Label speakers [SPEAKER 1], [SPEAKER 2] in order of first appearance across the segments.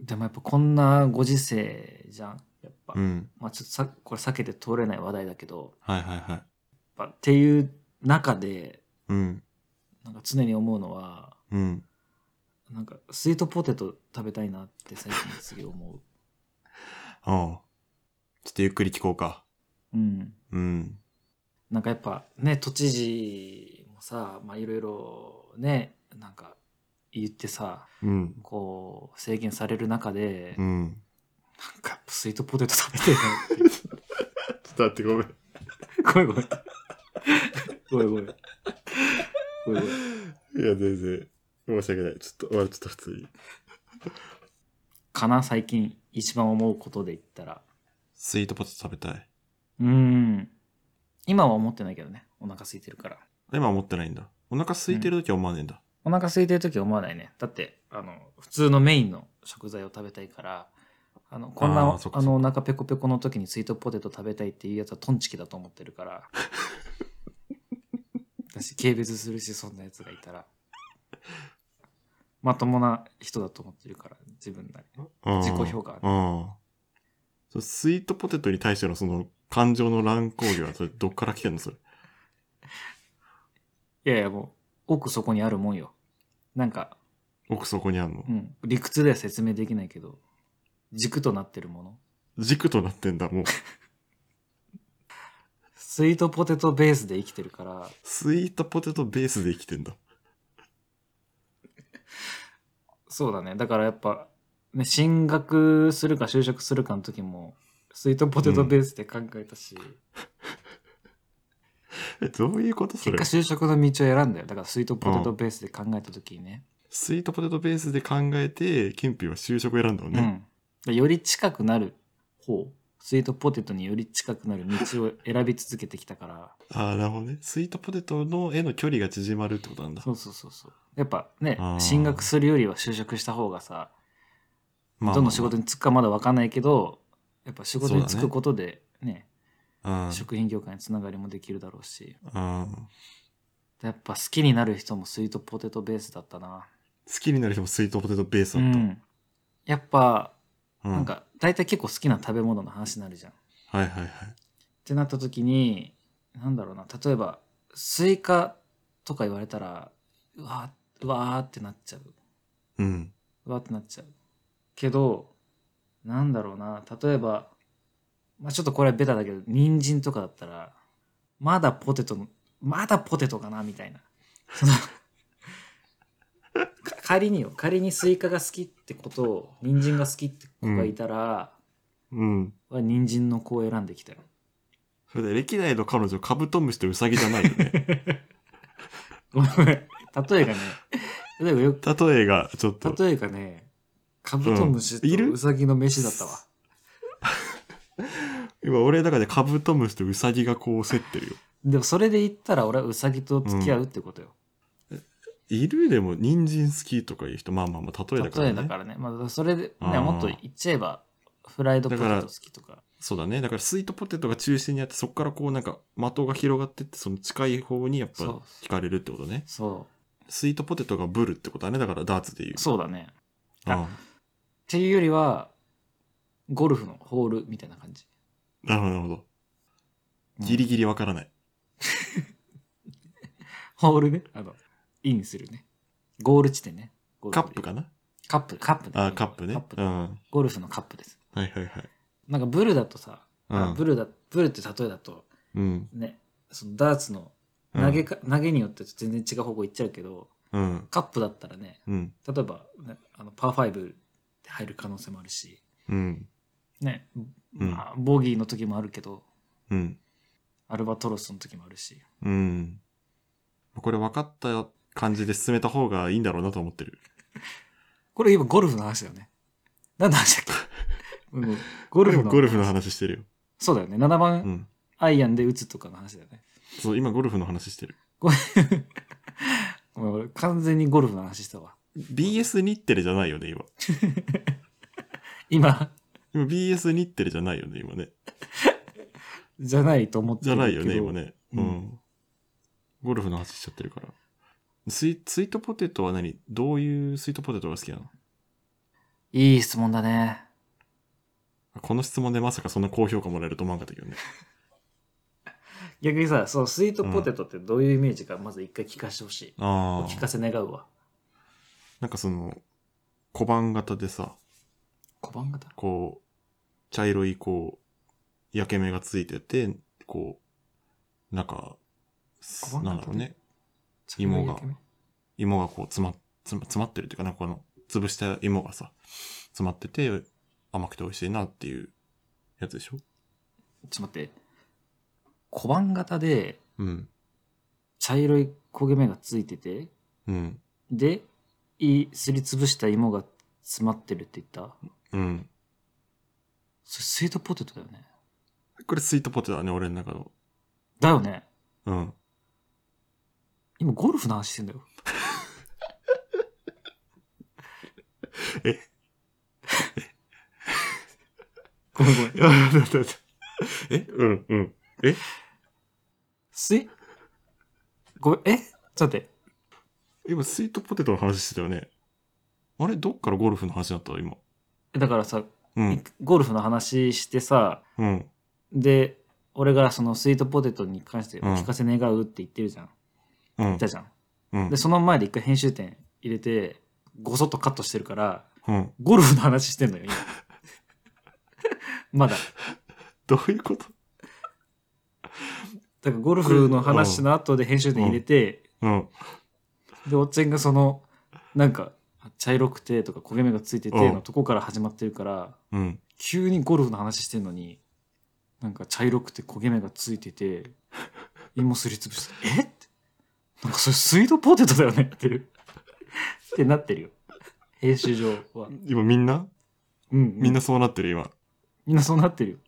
[SPEAKER 1] でもやっぱこんなご時世じゃん。やっぱ。
[SPEAKER 2] うん。
[SPEAKER 1] まあちょっとさ、これ避けて通れない話題だけど、
[SPEAKER 2] はいはいはい。
[SPEAKER 1] やっぱっていう中で、
[SPEAKER 2] うん。
[SPEAKER 1] なんか常に思うのは、
[SPEAKER 2] うん。
[SPEAKER 1] なんかスイートポテト食べたいなって最近すげえ思
[SPEAKER 2] ああ。ちょっとゆっくり聞こうか。
[SPEAKER 1] う。うん。
[SPEAKER 2] うん。
[SPEAKER 1] なんかやっぱね、都知事もさ、まあいろいろね、なんか言ってさ、
[SPEAKER 2] うん。
[SPEAKER 1] こう制限される中で、
[SPEAKER 2] う
[SPEAKER 1] なん
[SPEAKER 2] ん。
[SPEAKER 1] かやっぱスイートポテト食べてるなっていう
[SPEAKER 2] ちょっと待ってごめん。
[SPEAKER 1] ごめんごめん。ごめんごめん。ごめんごめん。
[SPEAKER 2] いや、全然。申し訳ない。ちょっと、俺ちょっと普通に。
[SPEAKER 1] かな最近一番思うことで言ったら。
[SPEAKER 2] スイートポテト食べたい。
[SPEAKER 1] うーん。今は思ってないけどね。お腹空いてるから。
[SPEAKER 2] 今は思ってないんだ。お腹空いてる時は思わねえんだ。
[SPEAKER 1] お腹空いてる時は思わないね。だって、あの、普通のメインの食材を食べたいから、あの、こんな、
[SPEAKER 2] あー
[SPEAKER 1] あ
[SPEAKER 2] そっかそっか
[SPEAKER 1] の、お腹ペコペコの時にスイートポテト食べたいっていうやつはトンチキだと思ってるから。 私、軽蔑するし、そんなやつがいたら。まともな人だと思ってるから、自分なり。
[SPEAKER 2] うん
[SPEAKER 1] 自己評価
[SPEAKER 2] うん。それスイートポテトに対してのその感情の乱高下はそれどっから来てんのそれ。
[SPEAKER 1] いやいや、もう、奥そこにあるもんよ。なんか、
[SPEAKER 2] 奥底にあんの
[SPEAKER 1] う。ん、理屈では説明できないけど、軸となってるもの。
[SPEAKER 2] 軸となってんだ、 もう。
[SPEAKER 1] スイートポテトベースで生きてるから、
[SPEAKER 2] スイートポテトベースで生きてんだ。
[SPEAKER 1] そうだね。だからやっぱ、ね、進学するか就職するかの時も、スイートポテトベースで考えたし、
[SPEAKER 2] え、どういうことそ
[SPEAKER 1] 結
[SPEAKER 2] れ
[SPEAKER 1] 果。就職の道を選んだよ。だからスイートポテトベースで考えた時にね。
[SPEAKER 2] スイートポテトベースで考えて、ケンピは就職を選んだの
[SPEAKER 1] う
[SPEAKER 2] ね。
[SPEAKER 1] ん。でより近くなる方、スイートポテトにより近くなる道を選び続けてきた から、
[SPEAKER 2] ああ、なるほどね。スイートポテトの絵の距離が縮まるってことなんだ。
[SPEAKER 1] そうそうそうそう。やっぱね
[SPEAKER 2] あ、ー
[SPEAKER 1] 進学するよりは就職した方がさ、
[SPEAKER 2] まあ
[SPEAKER 1] どの仕事に就くかまだ分かんないけど、やっぱ仕事に
[SPEAKER 2] そう
[SPEAKER 1] 就
[SPEAKER 2] だね
[SPEAKER 1] くことでね、
[SPEAKER 2] うん。
[SPEAKER 1] 食品業界につながりもできるだろうし、
[SPEAKER 2] うん
[SPEAKER 1] やっぱ好きになる人もスイートポテトベースだったな。
[SPEAKER 2] 好きになる人もスイートポテトベース
[SPEAKER 1] う
[SPEAKER 2] だった。
[SPEAKER 1] ん。やっぱ、
[SPEAKER 2] う
[SPEAKER 1] なん。か、大体結構好きな食べ物の話になるじゃん。っ
[SPEAKER 2] はいはいはい。
[SPEAKER 1] てなった時に、なんだろうな、例えば、スイカとか言われたら、うわー、うわーってなっちゃう。
[SPEAKER 2] うん。
[SPEAKER 1] うわってなっちゃうけどなんだろうな例えば、まあ、ちょっとこれはベタだけど人参とかだったらまだポテトのまだポテトかなみたいなその か仮によ仮にスイカが好きってことを人参が好きって子がいたら、
[SPEAKER 2] うん。
[SPEAKER 1] は人参の子を選んできたよ
[SPEAKER 2] それで歴代の彼女、カブトムシとウサギじゃないよ ね。
[SPEAKER 1] ごめんごめん例えがね例えばよ
[SPEAKER 2] 例えが、ちょっと。
[SPEAKER 1] 例えがねカブトムシと
[SPEAKER 2] うんいる
[SPEAKER 1] ウサギの飯だったわ、
[SPEAKER 2] 今、俺の中でカブトムシとウサギがこう競ってるよ。
[SPEAKER 1] でもそれで言ったら俺はウサギと付き合うってことよ、
[SPEAKER 2] いるでも、人参好きとかいう人、まあまあまあ、例えだから、
[SPEAKER 1] 例
[SPEAKER 2] ね。
[SPEAKER 1] えだからね。まあ、それで、
[SPEAKER 2] あ
[SPEAKER 1] ね、
[SPEAKER 2] ー
[SPEAKER 1] もっと言っちゃえば、フライドポテト好きとか。
[SPEAKER 2] そうだね。だから、スイートポテトが中心にあって、そこからこう、なんか、的が広がってって、その近い方にやっぱ、
[SPEAKER 1] そう
[SPEAKER 2] 惹かれるってことね。
[SPEAKER 1] そ
[SPEAKER 2] スイートポテトがブルってことだね。だから、ダーツで言う
[SPEAKER 1] う。。そうだね。
[SPEAKER 2] ああ
[SPEAKER 1] っていうよりは、ゴルフのホールみたいな感じ。
[SPEAKER 2] なるほど、なるほど。
[SPEAKER 1] うん
[SPEAKER 2] ギリギリわからない。
[SPEAKER 1] ホールね。あの、インするね。ゴール地点ね。ゴール
[SPEAKER 2] カップかな
[SPEAKER 1] カップ、カップね
[SPEAKER 2] ああ、カップね。
[SPEAKER 1] カップ
[SPEAKER 2] うん。はい
[SPEAKER 1] ゴルフのカップです。
[SPEAKER 2] はいはい。
[SPEAKER 1] なんかブルだとさ、あ
[SPEAKER 2] うん
[SPEAKER 1] ブルだ、ブルって例えだと、
[SPEAKER 2] うん。
[SPEAKER 1] ね、そのダーツの投げか、投げによって全然違う方向行っちゃうけど、
[SPEAKER 2] うん。
[SPEAKER 1] カップだったらね、
[SPEAKER 2] うん。
[SPEAKER 1] 例えば、ね、あのパー5で入る可能性もあるし、
[SPEAKER 2] うん。
[SPEAKER 1] ね、
[SPEAKER 2] うん
[SPEAKER 1] まあ、ボギーの時もあるけど、
[SPEAKER 2] うん。
[SPEAKER 1] アルバトロスの時もあるし。
[SPEAKER 2] うん。これ分かった感じで進めた方がいいんだろうなと思ってる。
[SPEAKER 1] これ今ゴルフの話だよね。何の 話だっけうんゴルフの。
[SPEAKER 2] ゴルフの話してるよ。
[SPEAKER 1] そうだよね。7
[SPEAKER 2] う
[SPEAKER 1] 番
[SPEAKER 2] ん。
[SPEAKER 1] アイアンで打つとかの話だよね。
[SPEAKER 2] そう、今ゴルフの話してる。
[SPEAKER 1] ごめん俺完全にゴルフの話したわ。
[SPEAKER 2] BS 日テレじゃないよね、今。
[SPEAKER 1] 今、
[SPEAKER 2] 今 BS 日テレじゃないよね、今ね。
[SPEAKER 1] じゃないと思って
[SPEAKER 2] じゃ
[SPEAKER 1] るけど。
[SPEAKER 2] ないよね、
[SPEAKER 1] う
[SPEAKER 2] 今。ね。う。
[SPEAKER 1] ん
[SPEAKER 2] ゴルフの話しちゃってるから。スイスイートポテトは何どういうスイートポテトが好きなの
[SPEAKER 1] いい質問だね。
[SPEAKER 2] この質問でまさかそんな高評価もらえると思わなかったけどね。
[SPEAKER 1] 逆にさ、そのスイートポテトってどういうイメージか、まず一回聞かせてほしい。
[SPEAKER 2] あ
[SPEAKER 1] お聞
[SPEAKER 2] あ。
[SPEAKER 1] かせ願うわ。
[SPEAKER 2] なんかその、小判型でさ、
[SPEAKER 1] 小判型
[SPEAKER 2] こう、茶色いこう、焼け目がついてて、こう、なんか、
[SPEAKER 1] 小判型
[SPEAKER 2] なんだろうね。芋が
[SPEAKER 1] 焼き目
[SPEAKER 2] 芋がこう詰ま、詰ま詰まってるっていうか、なんかこの、潰した芋がさ、詰まってて、甘くて美味しいなっていうやつでしょ
[SPEAKER 1] ちょっと待って。小判型で、
[SPEAKER 2] うん。
[SPEAKER 1] 茶色い焦げ目がついてて、
[SPEAKER 2] うん。
[SPEAKER 1] で、いすりつぶした芋が詰まってるって言った。
[SPEAKER 2] うん。
[SPEAKER 1] それスイートポテトだよね。
[SPEAKER 2] これスイートポテトだね、俺の中の。
[SPEAKER 1] だよね。
[SPEAKER 2] うん。
[SPEAKER 1] 今ゴルフの話してんだよ。
[SPEAKER 2] え
[SPEAKER 1] ごめんごめん。
[SPEAKER 2] えうん、うん。
[SPEAKER 1] スイごめん、えちょっと待って。
[SPEAKER 2] 今、スイートポテトの話してたよね。あれどっからゴルフの話だったの今。
[SPEAKER 1] えだからさ、
[SPEAKER 2] うん。
[SPEAKER 1] ゴルフの話してさ、
[SPEAKER 2] うん。
[SPEAKER 1] で、俺がそのスイートポテトに関してお
[SPEAKER 2] うん
[SPEAKER 1] 聞かせ願うって言ってるじゃん。
[SPEAKER 2] う
[SPEAKER 1] 言
[SPEAKER 2] ん
[SPEAKER 1] っ。たじゃん。
[SPEAKER 2] うん
[SPEAKER 1] で、。その前で一回編集点入れて、ごそっとカットしてるから、
[SPEAKER 2] うん。
[SPEAKER 1] ゴルフの話してんのよ、今。 まだ。
[SPEAKER 2] どういうこと
[SPEAKER 1] だからゴルフの話の後で編集点入れて、
[SPEAKER 2] うん。
[SPEAKER 1] で、おっちゃんがその、なんか、茶色くてとか焦げ目がついてて
[SPEAKER 2] う
[SPEAKER 1] の
[SPEAKER 2] ん
[SPEAKER 1] とこから始まってるから、
[SPEAKER 2] うん。
[SPEAKER 1] 急にゴルフの話してんのに、なんか茶色くて焦げ目がついてて、芋すりつぶして、えって。なんかそれスイートポテトだよねっていう。ってなってるよ。編集上は。
[SPEAKER 2] 今みんな
[SPEAKER 1] うん。
[SPEAKER 2] みんな、そうなってる今。
[SPEAKER 1] みんなそうなってるよ。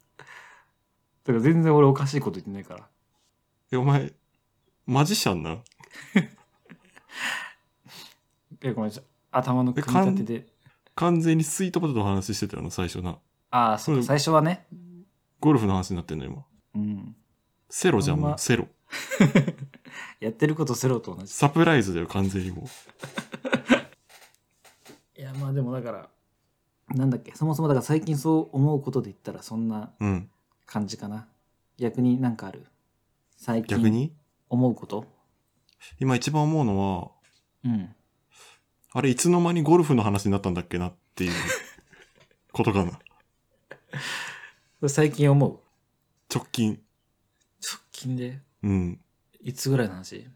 [SPEAKER 1] だから全然俺おかしいこと言ってないから。
[SPEAKER 2] え、お前、マジシャンな
[SPEAKER 1] え、ごめんなさい。頭の組み立てで。
[SPEAKER 2] 完全にスイートポテトの話してたよな、最初な。
[SPEAKER 1] ああ、そう
[SPEAKER 2] う
[SPEAKER 1] か、
[SPEAKER 2] ん
[SPEAKER 1] 最初はね。
[SPEAKER 2] ゴルフの話になってんの今。
[SPEAKER 1] うん。
[SPEAKER 2] セロじゃん、
[SPEAKER 1] ほんま
[SPEAKER 2] もうセロ。
[SPEAKER 1] やってることセロと同じ。
[SPEAKER 2] サプライズだよ、完全にも
[SPEAKER 1] いや、まあでもだから、なんだっけ、そもそもだから最近そう思うことで言ったらそんな
[SPEAKER 2] う。うん。
[SPEAKER 1] 感じかな。逆になんかある。最
[SPEAKER 2] 逆
[SPEAKER 1] 近
[SPEAKER 2] に
[SPEAKER 1] 思うこと
[SPEAKER 2] 今一番思うのは、
[SPEAKER 1] うん。
[SPEAKER 2] あれ、いつの間にゴルフの話になったんだっけなって いうことかな。
[SPEAKER 1] それ最近思う。
[SPEAKER 2] 直近。
[SPEAKER 1] 直近で、
[SPEAKER 2] うん。
[SPEAKER 1] いつぐらいの話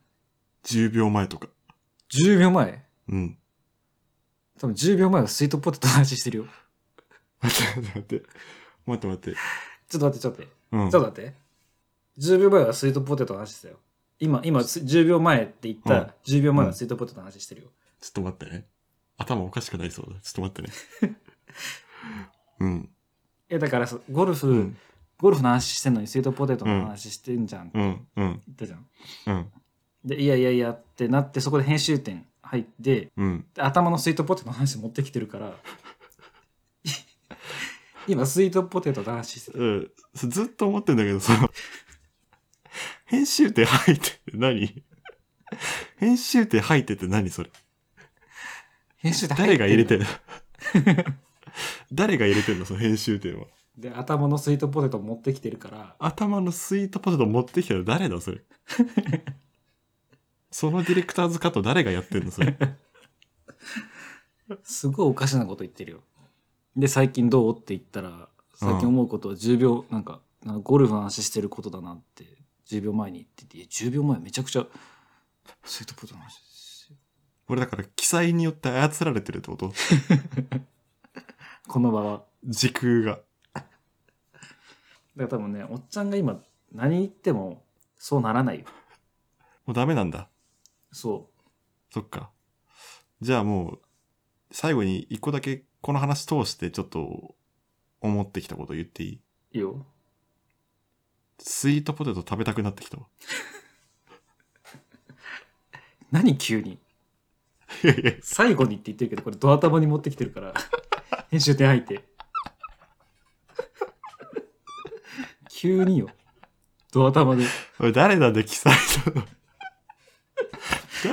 [SPEAKER 2] 10秒前とか。
[SPEAKER 1] ?10 秒前
[SPEAKER 2] うん。
[SPEAKER 1] 多分10秒前はスイートポテトの話してるよ。
[SPEAKER 2] 待って待って待って。待って待って。
[SPEAKER 1] ちょっと待って、ちょっと待って。ち
[SPEAKER 2] うん
[SPEAKER 1] ょっと待って。10秒前はスイートポテトの話してたよ。今、今、す10秒前って言っ
[SPEAKER 2] うん
[SPEAKER 1] た10秒前はスイートポテトの話してるよ。
[SPEAKER 2] ちょっと待ってね。頭おかしくなりそうだ。ちょっと待ってね。 うん。
[SPEAKER 1] え、だからそゴルフ、
[SPEAKER 2] うん。
[SPEAKER 1] ゴルフの話してんのにスイートポテトの話してんじゃんって
[SPEAKER 2] うん。うん。
[SPEAKER 1] 言ったじゃん。
[SPEAKER 2] うん。
[SPEAKER 1] で、いやいやいやってなって、そこで編集点入って、
[SPEAKER 2] うん。
[SPEAKER 1] で頭のスイートポテトの話持ってきてるから、 今、スイートポテトの話してる。
[SPEAKER 2] うん。ずっと思ってんだけど、その、編集点入ってって何編集点入ってって何それ
[SPEAKER 1] 編集点入
[SPEAKER 2] 誰が入れ
[SPEAKER 1] ってん
[SPEAKER 2] てん
[SPEAKER 1] の
[SPEAKER 2] の誰が入れてんのその編集点は。
[SPEAKER 1] で、頭のスイートポテト持ってきてるから、
[SPEAKER 2] 頭のスイートポテト持ってきたの誰だそれそのディレクターズカット誰がやってんのそれ
[SPEAKER 1] すごいおかしなこと言ってるよ。で、最近どうって言ったら、最近思うことは10秒、なんか、なんかゴルフの話してることだなって、10秒前に言ってて、いや10秒前めちゃくちゃ、スイートポテトの話してる
[SPEAKER 2] 俺だから記載によって操られてるってこと
[SPEAKER 1] この場は。
[SPEAKER 2] 時空が。
[SPEAKER 1] だから多分ね、おっちゃんが今何言ってもそうならないよ。
[SPEAKER 2] もうダメなんだ。
[SPEAKER 1] そ。
[SPEAKER 2] そっか。じゃあもう、最後に一個だけこの話通してちょっと思ってきたこと言っていいう
[SPEAKER 1] いいよ。
[SPEAKER 2] スイートポテト食べたくなってきたわ。
[SPEAKER 1] 何急に。
[SPEAKER 2] いやいや、
[SPEAKER 1] 最後にって言ってるけど、これド頭に持ってきてる から。編集点入って。急によ。ド頭で。
[SPEAKER 2] 俺誰なんだよ、記載なの。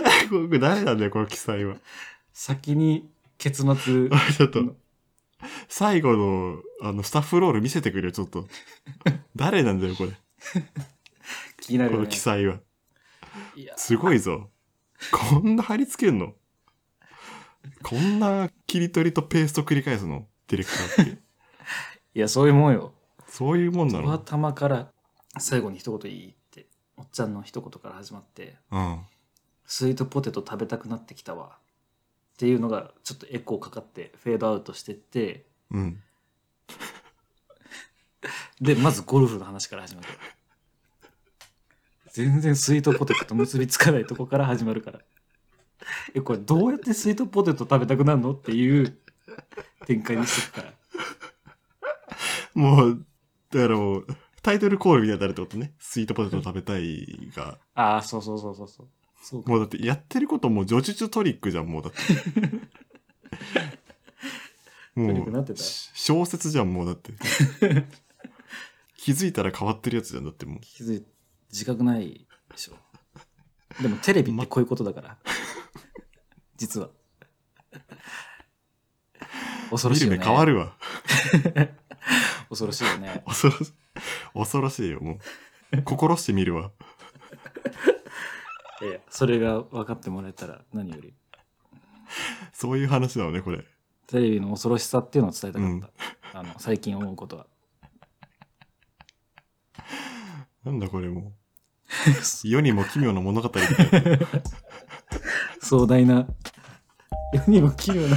[SPEAKER 2] 誰、これ誰なんだよ、この記載は。
[SPEAKER 1] 先に結末
[SPEAKER 2] 俺ちょっと
[SPEAKER 1] の、
[SPEAKER 2] 最後の、あの、スタッフロール見せてくれよ、ちょっと。誰なんだよ、これ。
[SPEAKER 1] 気になる
[SPEAKER 2] こ
[SPEAKER 1] よ
[SPEAKER 2] の
[SPEAKER 1] ね
[SPEAKER 2] 記載は。
[SPEAKER 1] いや
[SPEAKER 2] すごいぞ。こんな貼り付けんのこんな切り取りとペースト繰り返すのディレクターって。
[SPEAKER 1] いやそういうもんよ
[SPEAKER 2] そういうもんな
[SPEAKER 1] た
[SPEAKER 2] の
[SPEAKER 1] 玉から最後に一言いいっておっちゃんの一言から始まって
[SPEAKER 2] うん。
[SPEAKER 1] スイートポテト食べたくなってきたわっていうのがちょっとエコーかかってフェードアウトしてって
[SPEAKER 2] うん。
[SPEAKER 1] でまずゴルフの話から始まる全然スイートポテトと結びつかないとこから始まるからえこれどうやってスイートポテト食べたくなるのっていう展開にしてくから
[SPEAKER 2] もう、だからもう、タイトルコールみたいになるってことね。スイートポテト食べたいが。
[SPEAKER 1] ああそうそうそうそうそうそうか
[SPEAKER 2] もうだってやってることもう叙述トリックじゃん、もう だって。
[SPEAKER 1] トリ
[SPEAKER 2] も
[SPEAKER 1] ックなって
[SPEAKER 2] う、
[SPEAKER 1] た
[SPEAKER 2] し小説じゃん、もう だって。気づいたら変わってるやつじゃん、だってもう。
[SPEAKER 1] 気づい自覚ないでしょでもテレビってこういうことだ から実は恐ろ
[SPEAKER 2] 見
[SPEAKER 1] しい
[SPEAKER 2] る
[SPEAKER 1] よ
[SPEAKER 2] 目
[SPEAKER 1] ね
[SPEAKER 2] 変わるわ。
[SPEAKER 1] 恐ろしいよね
[SPEAKER 2] 恐ろし、恐ろしいよ、もう。心してみるわ。
[SPEAKER 1] いやいやそれが分かってもらえたら何より
[SPEAKER 2] そういう話なのね、これ。
[SPEAKER 1] テレビの恐ろしさっていうのを伝えたかった、あの最近思うことは
[SPEAKER 2] なんだこれもう。世にも奇妙な物語みたいな。
[SPEAKER 1] 壮大な世にも奇 妙な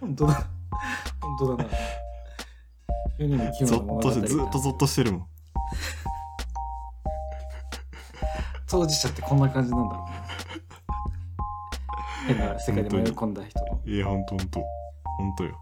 [SPEAKER 1] 本当だ本当だな世にも 奇妙
[SPEAKER 2] ゾ
[SPEAKER 1] な
[SPEAKER 2] ッ
[SPEAKER 1] 物
[SPEAKER 2] と
[SPEAKER 1] 語
[SPEAKER 2] して、ずっとゾッとしてるもん。
[SPEAKER 1] 当事者ってこんな感じなんだろうね変な世界で迷い込んだ人の
[SPEAKER 2] いや、ほんとほんと。ほんとよ。